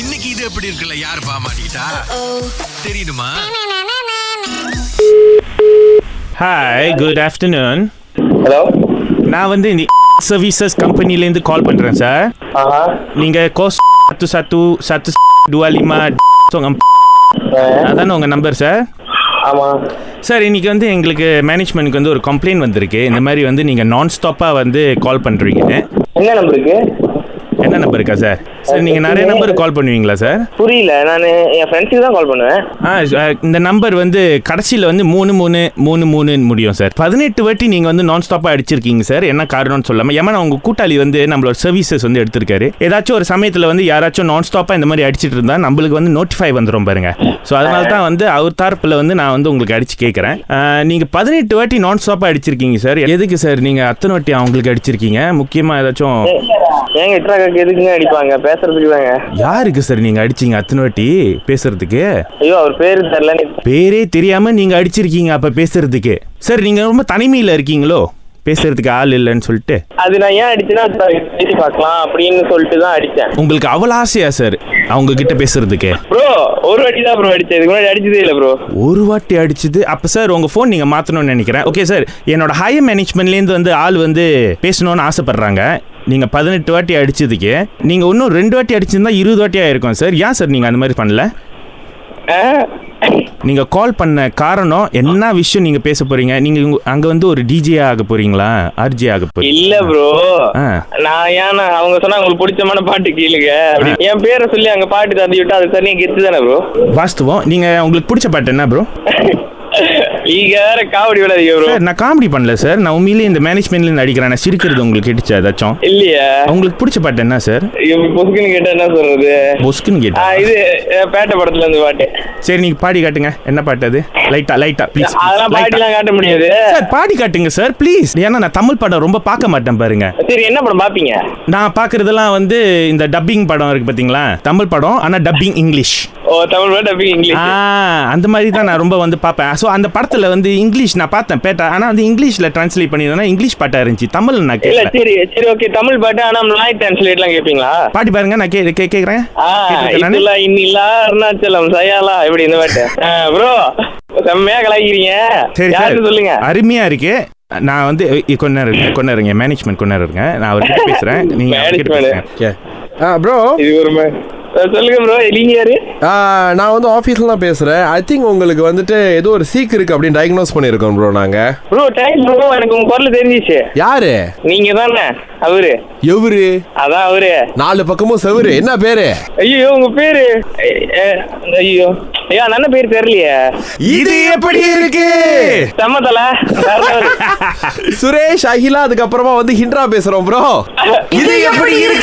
இன்னைக்கு இது எப்படி இருக்குல்ல யார் பாமாட்டா தெரியுமா ஹாய் குட் ஆஃப்டர்நூன் ஹலோ நான் வந்து இந்த சர்வீசஸ் கம்பெனிலேருந்து கால் பண்ணுறேன் சார் ஆஹா நீங்கள் கோஸ் சத்து சத்து சத்து டுவாலிமா உங்கள் அதானே உங்கள் நம்பர் சார் ஆமாம் சார் இன்றைக்கி வந்து எங்களுக்கு மேனேஜ்மெண்ட்க்கு வந்து ஒரு கம்ப்ளைண்ட் வந்திருக்கு இந்த மாதிரி வந்து நீங்கள் நான் ஸ்டாப்பாக வந்து கால் பண்ணுறீங்க என்ன நம்பருக்கு என்ன நம்பர் இருக்கா சார் சார் நீங்கள் நிறைய நம்பர் கால் பண்ணுவீங்களா சார் புரியல நான் என் ஃப்ரெண்ட்ஸுக்கு தான் கால் பண்ணுவேன் ஆ அஹ், இந்த நம்பர் வந்து கடைசியில் வந்து மூணு மூணு மூணு மூணுன்னு முடியும் சார் பதினெட்டு வாட்டி நீங்கள் வந்து நான் ஸ்டாப்பாக அடிச்சிருக்கீங்க சார் என்ன காரணம்னு சொல்லாமல் ஏமா உங்கள் கூட்டாளி வந்து நம்மளோட சர்வீசஸ் வந்து எடுத்திருக்காரு ஏதாச்சும் ஒரு சமயத்தில் வந்து யாராச்சும் நான் ஸ்டாப்பாக இந்த மாதிரி அடிச்சிட்டு இருந்தா நம்மளுக்கு வந்து நோட்டிஃபை வந்துடும் பாருங்க ஸோ அதனால தான் வந்து அவர் தரப்பில் வந்து நான் வந்து உங்களுக்கு அடிச்சு கேட்குறேன் நீங்கள் பதினெட்டு வாட்டி நான் ஸ்டாப்பாக அடிச்சிருக்கீங்க சார் எதுக்கு சார் நீங்கள் அத்தனை வாட்டி அவங்களுக்கு அடிச்சிருக்கீங்க முக்கியமாக ஏதாச்சும் ஏங்க இட்ராக்காக்கு எதுக்குங்க அடிப்பாங்க பேசுறதுக்கு தாங்க யாருக்கு சார் நீங்கள் அடிச்சீங்க அத்தனை வாட்டி பேசுறதுக்கு ஐயோ அவர் பேர் தெரில பேரே தெரியாம நீங்க அடிச்சிருக்கீங்க அப்ப பேசுறதுக்கு சார் நீங்க ரொம்ப தனிமையில இருக்கீங்களோ பேசுறதுக்கு ஆள் இல்லைன்னு சொல்லிட்டு அது நான் ஏன் அடிச்சேன்னா அது பாரு, பேசி பார்க்கலாம் அப்படின்னு சொல்லிட்டு தான் அடித்தேன் உங்களுக்கு அவ்வளோ ஆசையா சார் அவங்க கிட்ட பேசுறதுக்கு ப்ரோ ஒரு வாட்டி தான் ப்ரோ அடித்தேன் இதுக்கு முன்னாடி அடிச்சதே இல்லை ப்ரோ ஒரு வாட்டி அடிச்சது அப்ப சார் உங்க ஃபோன் நீங்க மாத்தணும்னு நினைக்கிறேன் ஓகே சார் என்னோட ஹையர் மேனேஜ்மெண்ட்லேருந்து வந்து ஆள் வந்து பேசணும்னு ஆசைப்படுறாங்க நீங்க பதினெட்டு வாட்டி அடிச்சதுக்கு நீங்க இன்னும் ரெண்டு வாட்டி அடிச்சிருந்தா இருபது வாட்டி ஆயிருக்கும் சார் ஏன் சார் நீங்க அந்த மாதிரி பண்ணல ஆ நீங்க கால் பண்ண காரணம் என்ன விஷயம் நீங்க பேச போறீங்க நீங்க உங்க- அங்க வந்து ஒரு டிஜே ஆக போறீங்களா ஆர்ஜே ஆக இல்ல போறீங்க ப்ரோ ஆ. நான் ஏன்னா அவங்க சொன்னா உங்களுக்கு பிடிச்சமான பாட்டு கேளுங்க அப்படின்னு. என் பேரை சொல்லி அங்க பாட்டு தந்து விட்டா அது சரியா கெத்து தானே ப்ரோ வாஸ்துவம் நீங்க உங்களுக்கு பிடிச்ச பாட்டு என்ன ப்ரோ நீங்க வேற காவடி விடாதீங்க ப்ரோ சார் நான் காமெடி பண்ணல சார் நான் உண்மையிலேயே இந்த மேனேஜ்மெண்ட்ல நடிக்கிறேன் நான் சிரிக்கிறது உங்களுக்கு கேட்டுச்சா ஏதாச்சும் இல்லையா உங்களுக்கு பிடிச்ச பாட்டு என்ன சார் இப்படி பொசுக்குன்னு கேட்டா என்ன சொல்றது பொஸ்க்குன்னு ஆ, கேட்டேன் இது அஹ், பேட்டை படத்துல இருந்து பாட்டு சரி நீங்க பாடி காட்டுங்க என்ன பாட்டு அது லைட்டா லைட்டா ப்ளீஸ் அதெல்லாம் பாட்டிலாம் காட்ட முடியாது சார் பாடி காட்டுங்க சார் ப்ளீஸ் ஏன்னா நான் தமிழ் படம் ரொம்ப பார்க்க மாட்டேன் பாருங்க சரி என்ன படம் பாப்பீங்க நான் பார்க்கறதெல்லாம் வந்து இந்த டப்பிங் படம் இருக்கு பாத்தீங்களா தமிழ் படம் ஆனா டப்பிங் இங்கிலீஷ் ஓ தமிழ் படம் டப்பிங் ஆ இங்கிலீஷ் அந்த மாதிரி தான் நான் ரொம்ப வந்து பார்ப்பேன் ஸோ அந்த படத்துல வந்து இங்கிலீஷ் நான் பார்த்தேன் பேட்டா ஆனா வந்து இங்கிலீஷ்ல டிரான்ஸ்லேட் பண்ணிருந்தேன்னா இங்கிலீஷ் பாட்டா இருந்துச்சு தமிழ் நான் இல்ல கேட்கல சரி சரி ஓகே தமிழ் பாட்டு ஆனா நாய் டிரான்ஸ்லேட் எல்லாம் கேப்பீங்களா பாட்டி பாருங்க நான் கே கே கேட்குறேன் ஆ இதுல இன்னிலா அருணாச்சலம் சயாலா இப்படி இந்த பாட்டு ப்ரோ செம்மையா கலாய்க்கிறீங்க சரி சார் யாரு சொல்லுங்க அருமையா இருக்கு நான் வந்து இ- கொண்டு நேரம் இருங்க கொண்டு நேரம் இருங்க மேனேஜ்மெண்ட் கொண்டு நேரம் இருங்க நான் அவர்கிட்ட பேசுறேன் நீங்க அவர்கிட்ட Management. பேசுங்க ஆ ப்ரோ இது ஒரு ம- அஹ், சொல்லுங்க ப்ரோ நீங்க யாரு நான் வந்து ஆஃபீஸில் தான் பேசுகிறேன் ஐ திங்க் உங்களுக்கு வந்துட்டு ஏதோ ஒரு சீக் இருக்குது அப்படின்னு டயக்னோஸ் பண்ணியிருக்கோம் ப்ரோ நாங்கள் ப்ரோ டைம் ப்ரோ எனக்கு உங்க குரல் தெரிஞ்சிச்சு யாரு நீங்க தானே அவரு எவரு அதான் அவரு நாலு பக்கமும் செவரு என்ன பேரு ஐயோ உங்க பேரு ஐ- ஐ- ஐயோ ஐயா நல்ல பேர் தெரியலையே இது எப்படி இருக்கு சம்மதல சுரேஷ் அகிலா அதுக்கப்புறமா வந்து ஹிண்ட்ரா பேசுறோம் ப்ரோ இது எப்படி இருக்கு